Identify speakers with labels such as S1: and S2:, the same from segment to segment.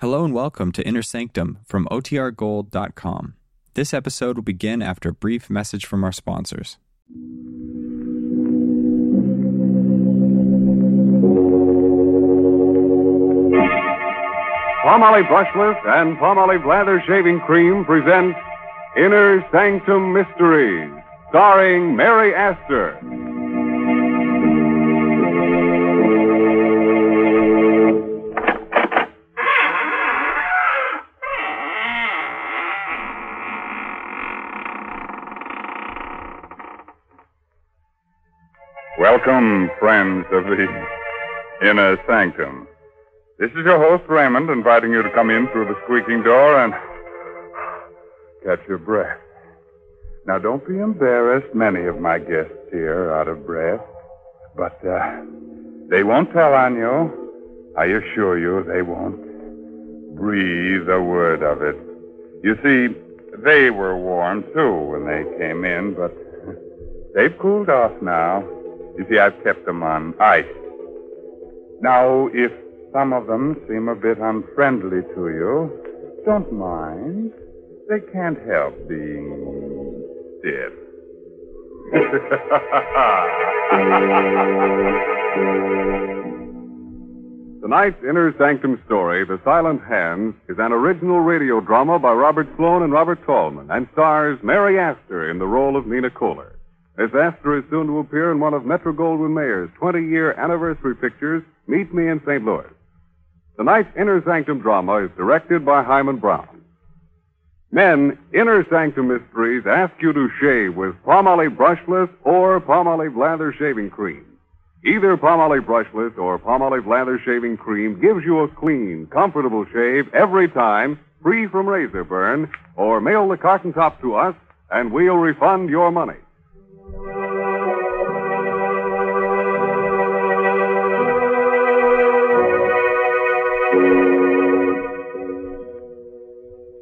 S1: Hello and welcome to Inner Sanctum from OTRGold.com. This episode will begin after a brief message from our sponsors.
S2: Palm Olive Brush Lift and Palm Olive Lather Shaving Cream present Inner Sanctum Mysteries, starring Mary Astor.
S3: Welcome, friends of the inner sanctum. This is your host, Raymond, inviting you to come in through the squeaking door and catch your breath. Now, don't be embarrassed. Many of my guests here are out of breath, but uh, they won't tell on you. I assure you, they won't breathe a word of it. You see, they were warm, too, when they came in, but they've cooled off now. You see, I've kept them on ice. Now, if some of them seem a bit unfriendly to you, don't mind. They can't help being stiff.
S2: Tonight's Inner Sanctum story, The Silent Hands, is an original radio drama by Robert Sloan and Robert Tallman and stars Mary Astor in the role of Nina Kohler. Miss Astor is soon to appear in one of Metro Goldwyn Mayer's 20 year anniversary pictures, Meet Me in St. Louis. Tonight's Inner Sanctum drama is directed by Hyman Brown. Men, Inner Sanctum Mysteries ask you to shave with Palmolive Brushless or Palmolive Lather Shaving Cream. Either Palmolive Brushless or Palmolive Lather Shaving Cream gives you a clean, comfortable shave every time, free from razor burn, or mail the carton top to us, and we'll refund your money.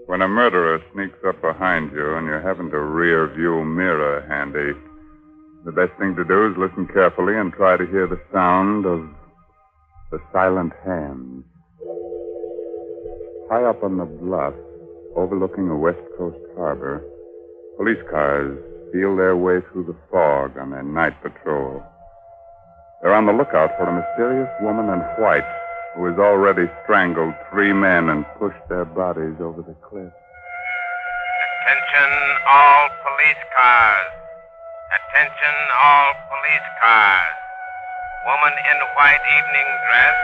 S3: When a murderer sneaks up behind you and you haven't a rear view mirror handy, the best thing to do is listen carefully and try to hear the sound of the silent hands. High up on the bluff, overlooking a West Coast harbor, police cars feel their way through the fog on their night patrol. They're on the lookout for a mysterious woman in white who has already strangled three men and pushed their bodies over the cliff.
S4: Attention all police cars. Attention all police cars. Woman in white evening dress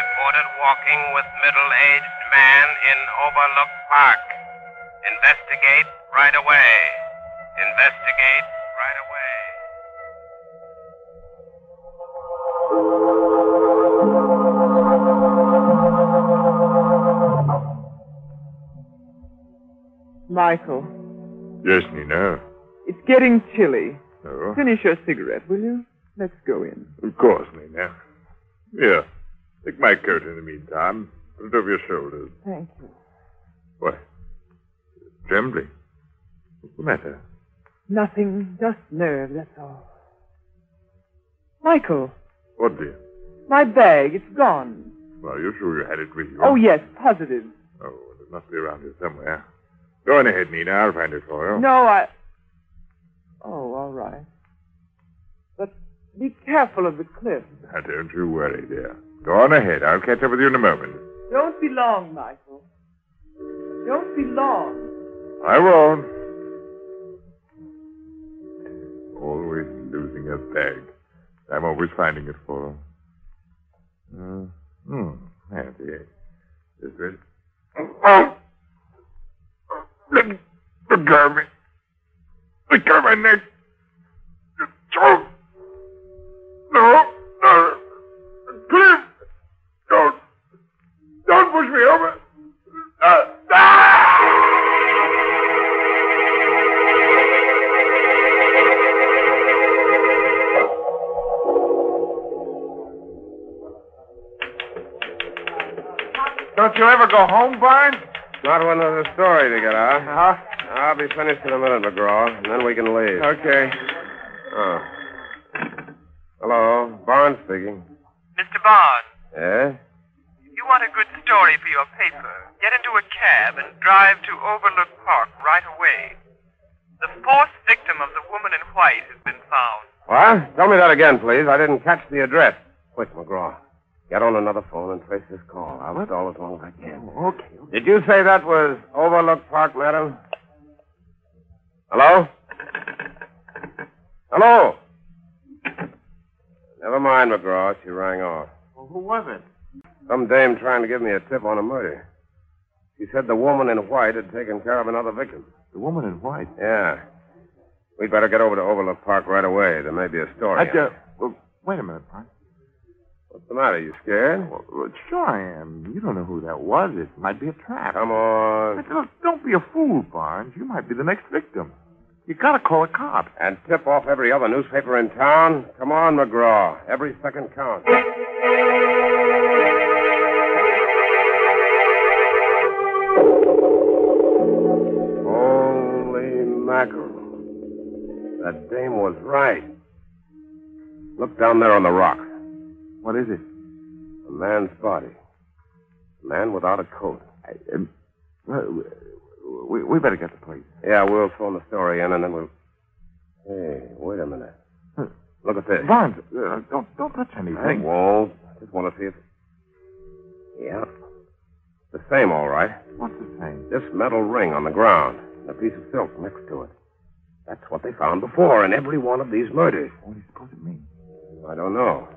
S4: reported walking with middle-aged man in Overlook Park. Investigate right away. Investigate right away.
S5: Michael,
S3: Yes, Nina.
S5: it's getting chilly.
S3: Oh,
S5: Finish your cigarette, will you? Let's go in.
S3: of course, Nina. Here, take my coat in the meantime. Put it over your shoulders.
S5: Thank you.
S3: Why, you're trembling. What's the matter?
S5: Nothing, just nerve, that's all. Michael,
S3: What, dear?
S5: my bag, it's gone.
S3: Well, you're sure you had it with you?
S5: Oh, yes, positive.
S3: Oh, well, it must be around here somewhere. Go on ahead, Nina. I'll find it for you.
S5: No, I. Oh, all right. But be careful of the cliff.
S3: Now, don't you worry, dear. Go on ahead. I'll catch up with you in a moment.
S5: Don't be long, Michael. Don't be long.
S3: I won't. Always losing her bag. I'm always finding it for her. Uh, hmm. There it is. Is it? Oh! Let let go of me. Let go of my neck. Your throat. No. No. Cliff. Don't. Don't push me over. Uh, ah!
S6: Don't you ever go home, Barnes? Got one other story to get out. Huh? I'll be finished in a minute, McGraw, and then we can leave. Okay. Oh. Hello, Barnes speaking.
S4: Mr. Bond,
S6: Yeah?
S4: you
S5: You want a good story for your paper. Get into a cab and drive to Overlook Park right away. The fourth victim of the woman in white has been found.
S3: What? Tell me that again, please. I didn't catch the address. Quick, McGraw. Get on another phone and trace this call. I'll stall as long as I can.
S5: Okay.
S3: Did you say that was Overlook Park, madam? Hello? Hello? Never mind, McGraw. She rang off.
S5: Well, who was it?
S3: Some dame trying to give me a tip on a murder. She said the woman in white had taken care of another victim.
S7: The woman in white.
S3: Yeah. We'd better get over to Overlook Park right away. There may be a
S5: Oh,
S3: story.
S7: I,
S3: in it.
S7: uh, well, wait a minute, Park.
S3: What's the matter? You scared?
S7: Well, well, sure I am. You don't know who that was. It might be a trap.
S5: Um,
S3: Come on.
S7: But look, don't be a fool, Barnes. You might be the next victim. You gotta call the cops.
S3: And tip off every other newspaper in town. Come on, McGraw. Every second counts. Holy mackerel. That dame was right. Look down there on the rock.
S7: What is it?
S3: A man's body. A man without a coat.
S7: I, um, well, we, we better get the police.
S3: Yeah, we'll phone the story in and then we'll. Hey, wait a minute.
S7: Huh.
S3: Look at this.
S7: Barnes, uh, don't, don't touch
S3: I
S7: anything.
S3: won't. Just want to see if. Yeah. The same, all right.
S7: What's the thing?
S3: This metal ring on the ground and a piece of silk next to it. That's what they found before in every one of these murders.
S7: What do you suppose it means?
S3: I don't know.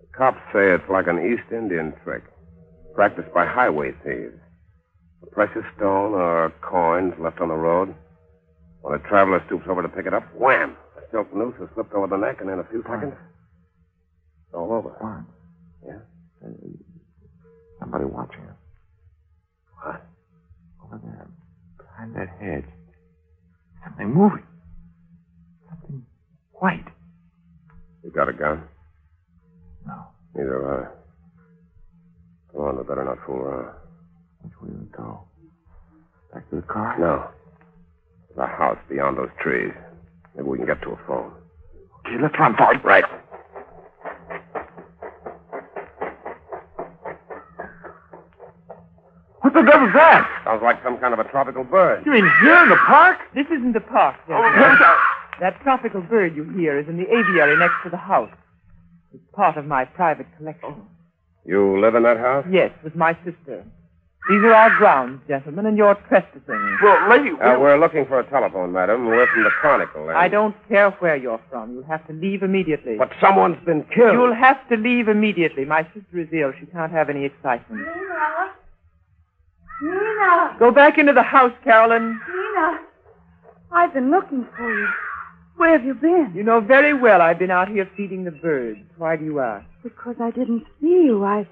S3: The cops say it's like an East Indian trick, practiced by highway thieves. A precious stone or coins left on the road. When a traveler stoops over to pick it up, wham! The silk noose is slipped over the neck, and in a few seconds, it's all over.
S7: Barnes.
S3: Yeah?
S7: Uh, somebody watching us.
S3: What?
S7: Over there, behind that hedge. Something moving. Something white.
S3: You got a gun?
S7: No.
S3: Neither have I. Come on, we better not fool around.
S7: Which way do we go? Back to the car?
S3: No. The house beyond those trees. Maybe we can get to a phone.
S7: Okay, let's run for it. Right. What the devil's that?
S3: Sounds like some kind of a tropical bird.
S7: You mean here in the park? Oh,
S5: This isn't the park. Dennis. That tropical bird you hear is in the aviary next to the house. It's part of my private collection.
S7: Oh.
S3: You live in that house?
S5: Yes, with my sister. These are our grounds, gentlemen, and you're trespassing.
S7: Well, lady,
S3: Uh, we're looking for a telephone, madam. We're from the Chronicle.
S7: eh?
S3: and-
S5: I don't care where you're from. You'll have to leave immediately.
S3: But someone's been killed.
S5: You'll have to leave immediately. My sister is ill. She can't have any excitement.
S8: Nina. Nina.
S5: Go back into the house, Carolyn.
S8: Nina. I've been looking for you. Where have you been?
S5: You know very well I've been out here feeding the birds. Why do you ask?
S8: Because I didn't see you. I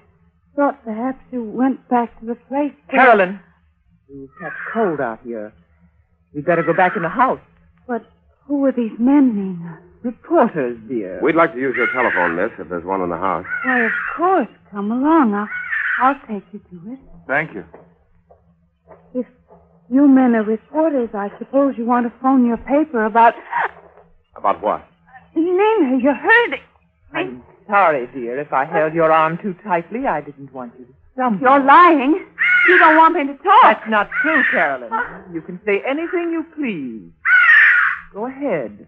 S8: thought perhaps you went back to the place. where-
S5: Carolyn! You catch cold out here. We'd better go back in the house.
S8: But who are these men, Nina?
S5: Reporters, dear.
S3: We'd like to use your telephone, miss, if there's one in the house.
S8: Why, of course. Come along. I'll, I'll take you to it.
S7: Thank you.
S8: If you men are reporters, I suppose you want to phone your paper about.
S3: About what?
S8: Nina, you're hurting.
S5: I'm sorry, dear, if I held your arm too tightly. I didn't want you to stumble.
S8: You're lying. You don't want me to talk.
S5: That's not true, Carolyn. You can say anything you please. Go ahead.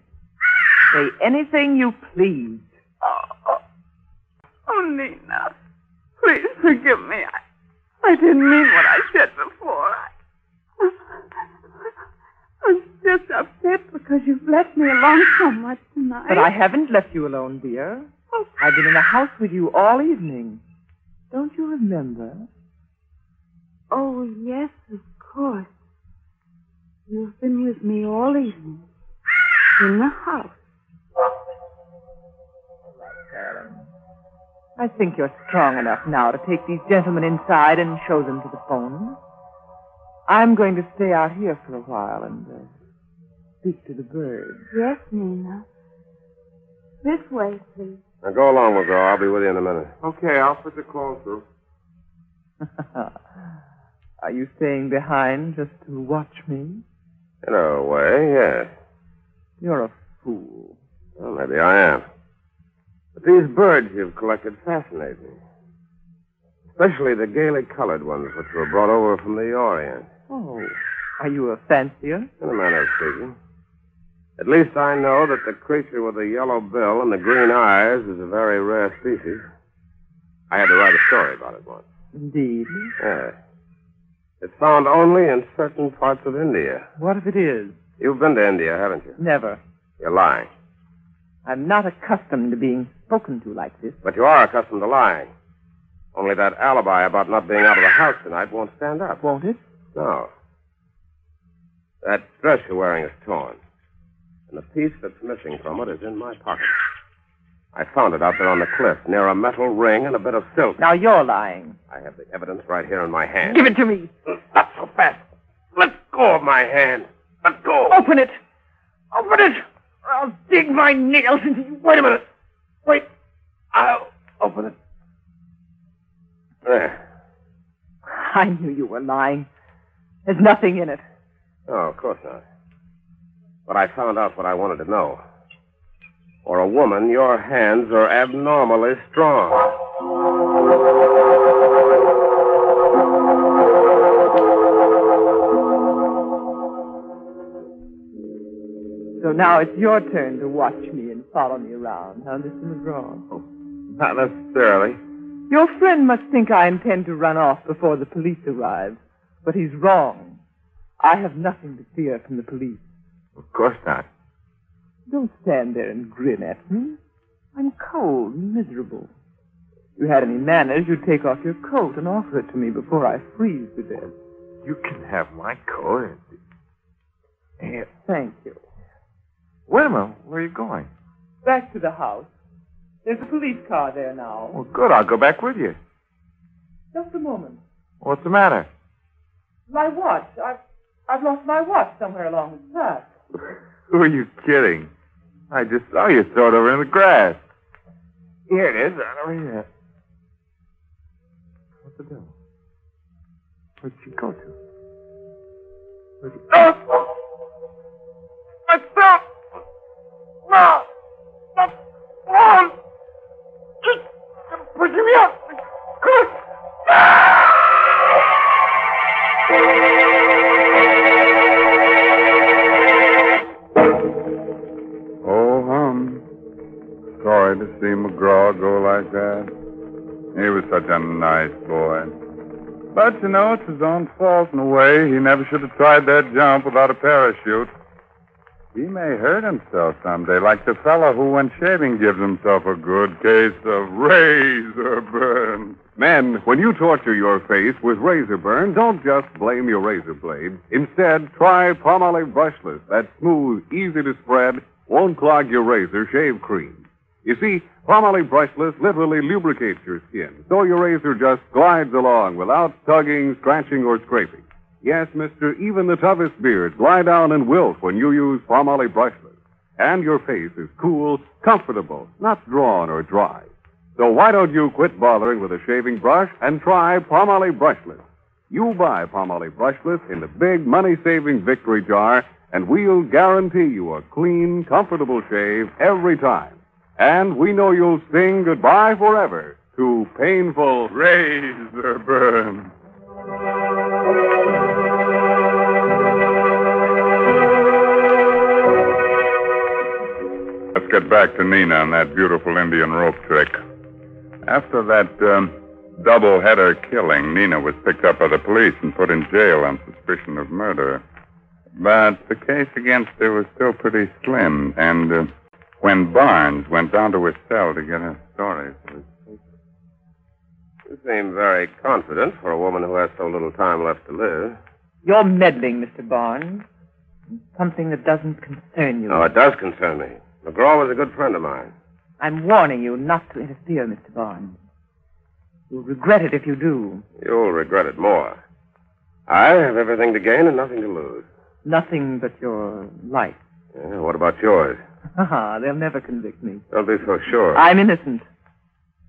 S5: Say anything you please.
S8: Oh, Nina, please forgive me. I, I didn't mean what I said before. I, I'm just upset because you've left me alone so much tonight.
S5: But I haven't left you alone, dear. I've been in the house with you all evening. Don't you remember?
S8: Oh, yes, of course. You've been with me all evening. In the house.
S5: I think you're strong enough now to take these gentlemen inside and show them to the phone. I'm going to stay out here for a while and uh, speak to the birds.
S8: Yes, Nina. This way, please.
S3: Now go along, McGraw. I'll be with you in a minute.
S7: Okay, I'll put the call through.
S5: Are you staying behind just to watch me?
S3: In a way, yes.
S5: You're a fool.
S3: Well, maybe I am. But these birds you've collected fascinate me.
S7: Especially the gaily colored ones, which were brought over from the Orient,
S5: Oh, are you a fancier?
S7: in a manner of speaking. At least I know that the creature with the yellow bill and the green eyes is a very rare species. I had to write a story about it once.
S5: Indeed.
S7: Yeah. Uh, It's found only in certain parts of India.
S5: What if it is?
S7: You've been to India, haven't you?
S5: Never.
S7: You're lying.
S5: I'm not accustomed to being spoken to like this.
S7: But you are accustomed to lying. Only that alibi about not being out of the house tonight won't stand up.
S5: Won't it?
S7: No. That dress you're wearing is torn. And the piece that's missing from it is in my pocket. I found it out there on the cliff, near a metal ring and a bit of silk.
S5: Now you're lying.
S7: I have the evidence right here in my hand. Mm,
S5: Give it to me.
S7: Not so fast. Let go of my hand. Let go.
S5: Open it. Open it. I'll dig my nails into you.
S7: Wait a minute. Wait. I'll open it. There.
S5: I knew you were lying. There's nothing in it.
S7: Oh, of course not. But I found out what I wanted to know. For a woman, your hands are abnormally strong.
S5: So now it's your turn to watch me and follow me around. Now listen is wrong.
S7: Oh, Not necessarily.
S5: Your friend must think I intend to run off before the police arrive, but he's wrong. I have nothing to fear from the police.
S9: Of course not.
S5: Don't stand there and grin at me. I'm cold and miserable. If you had any manners, you'd take off your coat and offer it to me before I freeze to death.
S9: You can have my coat. Hey,
S5: Thank you.
S9: wait a minute. Where are you going?
S5: Back to the house. There's a police car there now.
S9: Well, good. I'll go back with you.
S5: Just a moment.
S9: What's the matter?
S5: My watch. I've, I've lost my watch somewhere along the path.
S9: Who are you kidding? I just saw you throw it over in the grass. Here it is, right
S3: uh,
S9: over here. What the devil? Where'd she go to? Where'd she... Oh! Myself! No! The phone! It's pushing me up!
S10: Oh, hum. Sorry to see McGraw go like that. He was such a nice boy. But, you know, it's his own fault in a way. He never should have tried that jump without a parachute. He may hurt himself someday, like the fellow who, when shaving, gives himself a good case of razor burn.
S3: Men, when you torture your face with razor burn, don't just blame your razor blade. Instead, try Palmolive Brushless, that smooth, easy to spread, won't clog your razor shave cream. You see, Palmolive Brushless literally lubricates your skin, so your razor just glides along without tugging, scratching, or scraping. Yes, mister, even the toughest beards lie down and wilt when you use Palmolive Brushless. And your face is cool, comfortable, not drawn or dry. So why don't you quit bothering with a shaving brush and try Palmolive Brushless? You buy Palmolive Brushless in the big money-saving victory jar, and we'll guarantee you a clean, comfortable shave every time. And we know you'll sing goodbye forever to painful
S10: Razor burn. Let's get back to Nina and that beautiful Indian rope trick. After that um, double header killing, Nina was picked up by the police and put in jail on suspicion of murder. But the case against her was still pretty slim, and uh, when Barnes went down to his cell to get her story for his
S7: You seem very confident for a woman who has so little time left to live.
S5: You're meddling, Mr. Barnes. Something that doesn't concern you.
S7: No, it does concern me. McGraw was a good friend of mine.
S5: I'm warning you not to interfere, Mr. Barnes. You'll regret it if you do.
S7: You'll regret it more. I have everything to gain and nothing to lose.
S5: Nothing but your life.
S7: Yeah, what about yours?
S5: Ah, They'll never convict me.
S7: Don't be so sure.
S5: I'm innocent.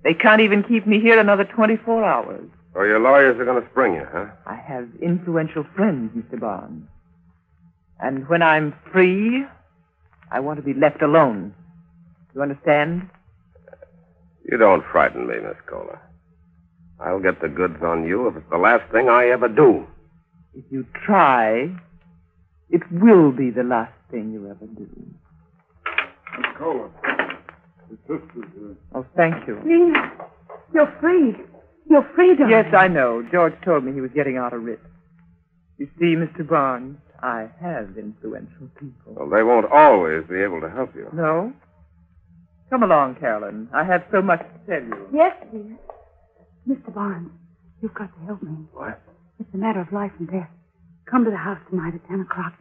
S5: They can't even keep me here another 24 hours.
S3: Oh,
S7: Or your lawyers are going to spring you, huh?
S5: I have influential friends, Mr. Barnes. And when I'm free, I want to be left alone. You understand?
S7: You don't frighten me, Miss Kohler.
S3: I'll get the goods on you if it's the last thing I ever do.
S5: If you try, it will be the last thing you ever do.
S11: Miss Cola. The sisters uh, are...
S5: Oh, thank you.
S8: Nina, you're free. You're free, darling.
S5: Yes, I know. George told me he was getting out a writ. You see, Mr. Barnes, I have influential people.
S3: Well, they won't always be able to help you.
S5: No? Come along, Carolyn. I have so much to tell you.
S8: Yes, dear. Mr. Barnes, you've got to help me.
S3: What?
S8: It's a matter of life and death. Come to the house tonight at 10 o'clock.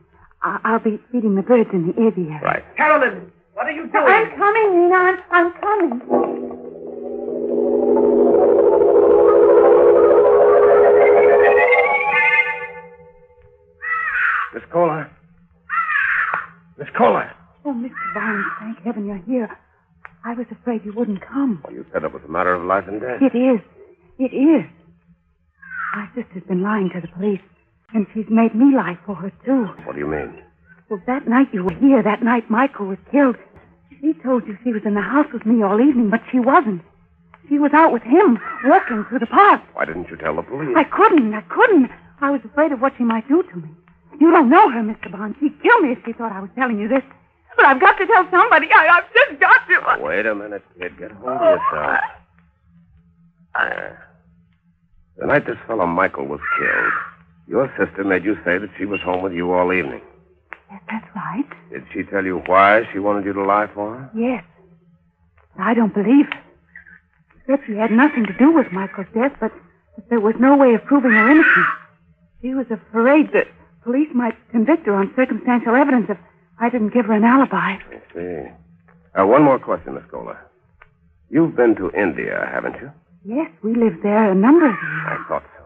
S8: I- I'll be feeding the birds in the aviary.
S3: Right.
S5: Carolyn, what are you doing?
S8: I'm coming, Nina. I'm, I'm coming.
S3: Miss Cola. Miss Cola.
S8: Oh, Mr. Barnes, thank heaven you're here. I was afraid you wouldn't come.
S3: Well, you said it was a matter of life and death.
S8: It is. It is. My sister's been lying to the police, and she's made me lie for her, too.
S3: What do you mean?
S8: Well, that night you were here, that night Michael was killed, she told you she was in the house with me all evening, but she wasn't. She was out with him, walking through the park.
S3: Why didn't you tell the police?
S8: I couldn't. I couldn't. I was afraid of what she might do to me. You don't know her, Mr. Bond. She'd kill me if she thought I was telling you this. But I've got to tell somebody. I, I've just got to.
S3: Now, Wait a minute, kid. Get hold of yourself. There. The night this fellow Michael was killed, your sister made you say that she was home with you all evening.
S8: Yes, that's right.
S3: Did she tell you why she wanted you to lie for her?
S8: Yes. I don't believe her. She said she had nothing to do with Michael's death, but that there was no way of proving her innocence. She was afraid that police might convict her on circumstantial evidence if I didn't give her an alibi.
S3: I see. Uh, one more question, Miss Gola. You've been to India, haven't you?
S8: Yes, we lived there a number of years.
S3: I thought so.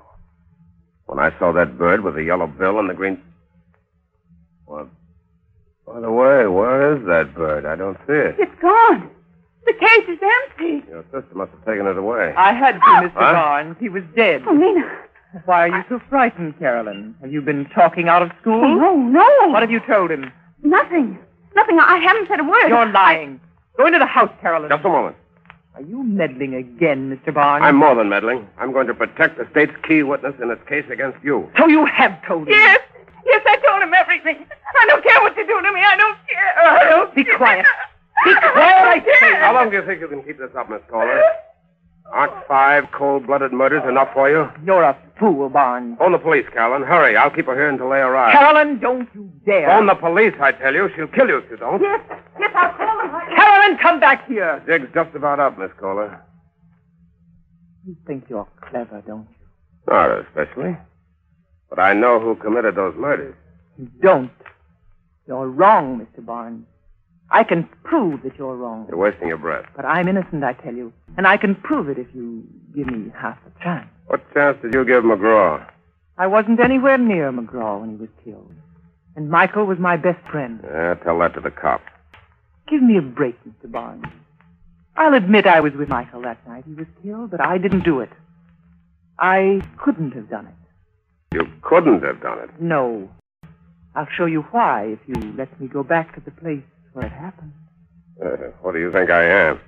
S3: When I saw that bird with the yellow bill and the green. Well, by the way, where is that bird? I don't see it.
S8: It's gone. The cage is empty.
S3: Your sister must have taken it away.
S5: I had to, Mr.
S3: Huh?
S5: Barnes. He was dead.
S8: Oh, Nina.
S5: Why are you so frightened, Carolyn? Have you been talking out of school?
S8: Oh, no, no.
S5: What have you told him?
S8: Nothing. Nothing. I haven't said a word.
S5: You're lying. Go into the house, Carolyn.
S3: Just a moment.
S5: Are you meddling again, Mr. Barnes?
S3: I'm more than meddling. I'm going to protect the state's key witness in its case against you.
S5: So you have told him.
S8: Yes. Yes, I told him everything. I don't care what you do to me. I don't care. I don't
S5: Uh, Be
S8: care.
S5: quiet. Be quiet, I say.
S3: How long do you think you can keep this up, Miss Caller? Aren't five cold-blooded murders enough for you?
S5: You're a fool, Barnes.
S3: Phone the police, Carolyn. Hurry. I'll keep her here until they arrive.
S5: Carolyn, don't you dare.
S3: Phone the police, I tell you. She'll kill you if you don't.
S8: Yes. Yes, I'll call him. I-
S5: Carolyn, come back here.
S3: Jig's just about up, Miss Caller.
S5: You think you're clever, don't you?
S3: Not especially. But I know who committed those murders.
S5: You don't. You're wrong, Mr. Barnes. I can prove that you're wrong.
S3: You're wasting your breath.
S5: But I'm innocent, I tell you. And I can prove it if you give me half a chance.
S3: What chance did you give McGraw?
S5: I wasn't anywhere near McGraw when he was killed. And Michael was my best friend.
S3: Yeah, tell that to the cops.
S5: Give me a break, Mr. Barnes. I'll admit I was with Michael that night he was killed, but I didn't do it. I couldn't have done it.
S3: You couldn't have done it.
S5: No. I'll show you why if you let me go back to the place where it happened.
S3: Uh, what do you think I am?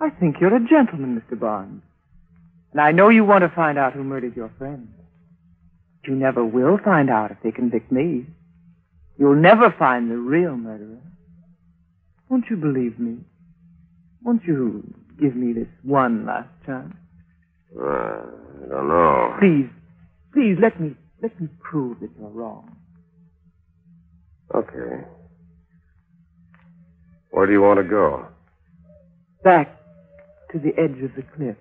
S5: I think you're a gentleman, Mr. Barnes. And I know you want to find out who murdered your friend. But you never will find out if they convict me. You'll never find the real murderer. Won't you believe me? Won't you give me this one last chance?
S3: Uh, I don't know.
S5: Please, please let me let me prove that you're wrong.
S3: Okay. Where do you want to go?
S5: Back to the edge of the cliff.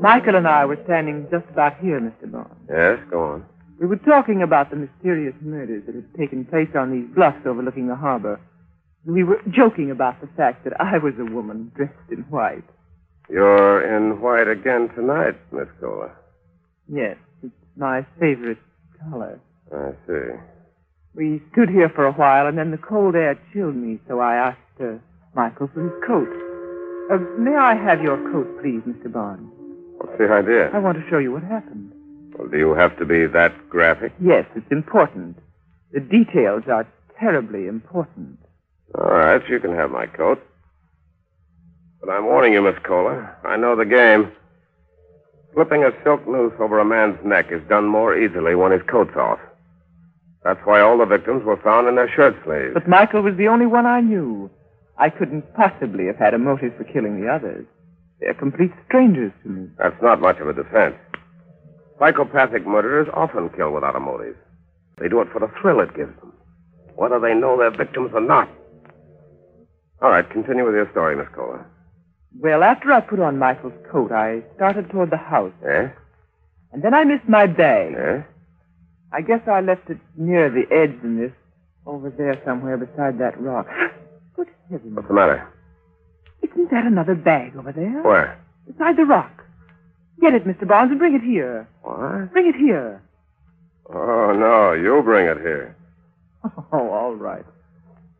S5: Michael and I were standing just about here, Mr. Barnes.
S3: Yes, go on.
S5: We were talking about the mysterious murders that had taken place on these bluffs overlooking the harbor. We were joking about the fact that I was a woman dressed in white.
S3: You're in white again tonight, Miss Cola.
S5: Yes, it's my favorite color.
S3: I see.
S5: We stood here for a while, and then the cold air chilled me, so I asked uh, Michael for his coat. Uh, may I have your coat, please, Mr. Barnes?
S3: What's the idea?
S5: I want to show you what happened.
S3: Well, do you have to be that graphic?
S5: Yes, it's important. The details are terribly important.
S6: All right, you can have my coat. But I'm warning you, Miss Kohler. I know the game. Slipping a silk noose over a man's neck is done more easily when his coat's off. That's why all the victims were found in their shirt sleeves.
S5: But Michael was the only one I knew. I couldn't possibly have had a motive for killing the others. They're complete strangers to me.
S6: That's not much of a defense. Psychopathic murderers often kill without a motive. They do it for the thrill it gives them, whether they know their victims or not. All right, continue with your story, Miss Kohler.
S5: Well, after I put on Michael's coat, I started toward the house,
S6: Eh?
S5: and then I missed my bag.
S6: Eh?
S5: I guess I left it near the edge in this, over there somewhere beside that rock. Good heavens.
S6: What's the matter?
S5: Isn't that another bag over there?
S6: Where?
S5: Beside the rock. Get it, Mr. Barnes, and bring it here.
S6: What?
S5: Bring it here.
S6: Oh, no, you bring it here.
S5: Oh, all right.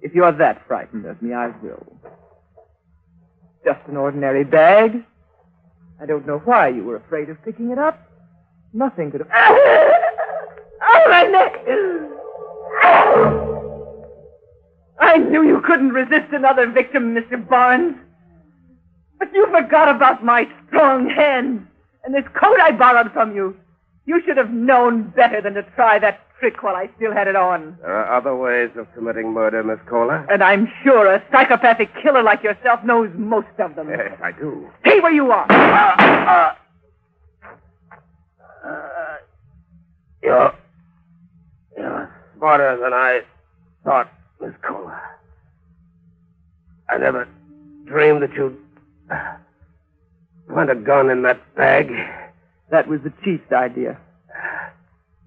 S5: If you're that frightened of me, I will. Just an ordinary bag. I don't know why you were afraid of picking it up. Nothing could have. Oh, my neck! I knew you couldn't resist another victim, Mr. Barnes. But you forgot about my strong hand and this coat I borrowed from you. You should have known better than to try that trick while I still had it on.
S6: There are other ways of committing murder, Miss Kohler.
S5: And I'm sure a psychopathic killer like yourself knows most of them.
S6: Yes, I do. Uh,
S5: Stay where you are.
S6: You're, you're smarter than I thought, Miss Kohler. I never dreamed that you'd uh, plant a gun in that bag.
S5: That was the chief's idea.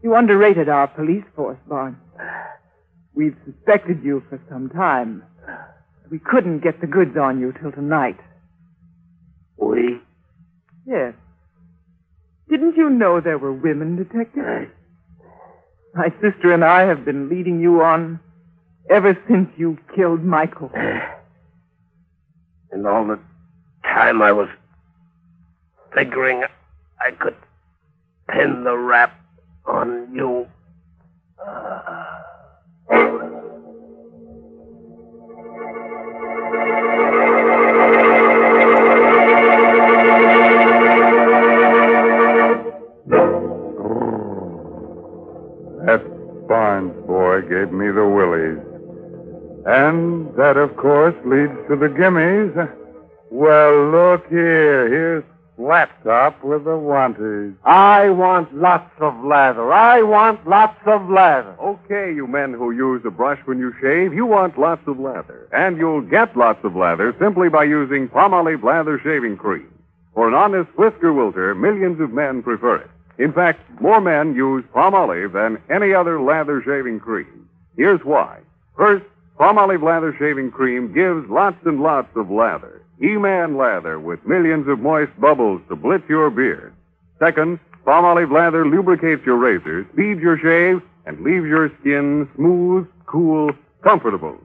S5: You underrated our police force, Barnes. We've suspected you for some time. We couldn't get the goods on you till tonight.
S6: We?
S5: Yes. Didn't you know there were women detectives? My sister and I have been leading you on ever since you killed Michael.
S6: And all the time I was figuring I could pin the rap on you.
S2: Oh, That Barnes boy gave me the willies. And that, of course, leads to the gimmies. Well, look here. Here's Laptop with the wanties.
S7: I want lots of lather. I want lots of lather.
S2: Okay, you men who use a brush when you shave, you want lots of lather. And you'll get lots of lather simply by using Palmolive Lather Shaving Cream. For an honest whisker wilter, millions of men prefer it. In fact, more men use Palmolive than any other lather shaving cream. Here's why. First, Palmolive Lather Shaving Cream gives lots and lots of lather. E-Man lather with millions of moist bubbles to blitz your beard. Second, Palmolive lather lubricates your razor, speeds your shave, and leaves your skin smooth, cool, comfortable.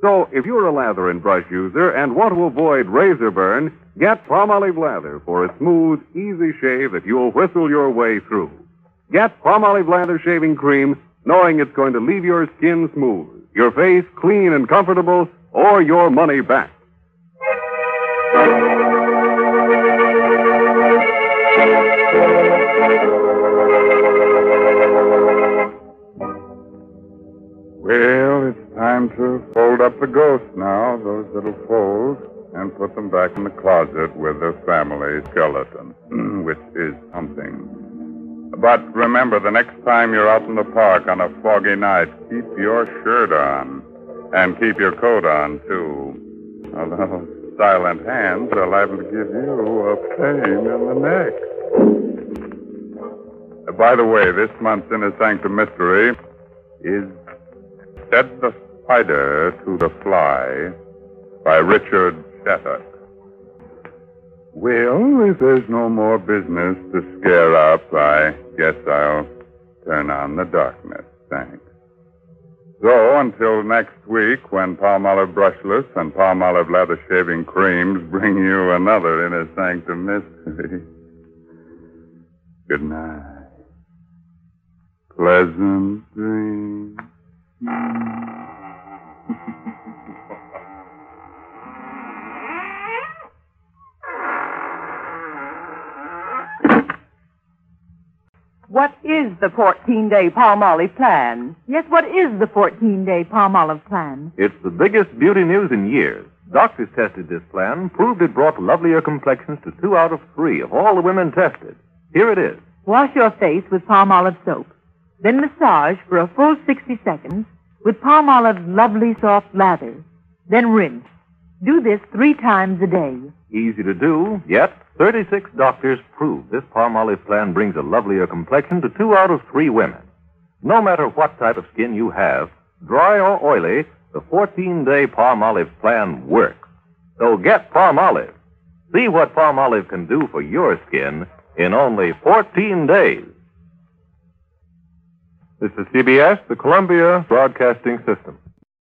S2: So, if you're a lather and brush user and want to avoid razor burn, get Palmolive lather for a smooth, easy shave that you'll whistle your way through. Get Palmolive lather shaving cream, knowing it's going to leave your skin smooth, your face clean and comfortable, or your money back.
S3: Well, it's time to fold up the ghosts now, those little folds, and put them back in the closet with the family skeleton, which is something. But remember, the next time you're out in the park on a foggy night, keep your shirt on. And keep your coat on, too. Although silent hands are liable to give you a pain in the neck. Uh, By the way, this month's Inner Sanctum Mystery is Dead the Spider to the Fly by Richard Shattuck. Well, if there's no more business to scare up, I guess I'll turn on the darkness, thanks. So, until next week, when Palm Olive Brushless and Palm Olive Leather Shaving Creams bring you another Inner Sanctum Mystery. Good night. pleasant dreams.
S5: What is the 14 day palm olive plan? Yes, what is the 14 day palm olive plan?
S7: It's the biggest beauty news in years. Doctors tested this plan, proved it brought lovelier complexions to two out of three of all the women tested. Here it is.
S5: Wash your face with palm olive soap, then massage for a full 60 seconds with palm olive's lovely soft lather, then rinse. Do this three times a day.
S7: Easy to do, yet 36 doctors prove this palm olive plan brings a lovelier complexion to two out of three women. No matter what type of skin you have, dry or oily, the 14 day palm olive plan works. So get palm olive. See what palm olive can do for your skin in only 14 days.
S3: This is CBS, the Columbia Broadcasting System.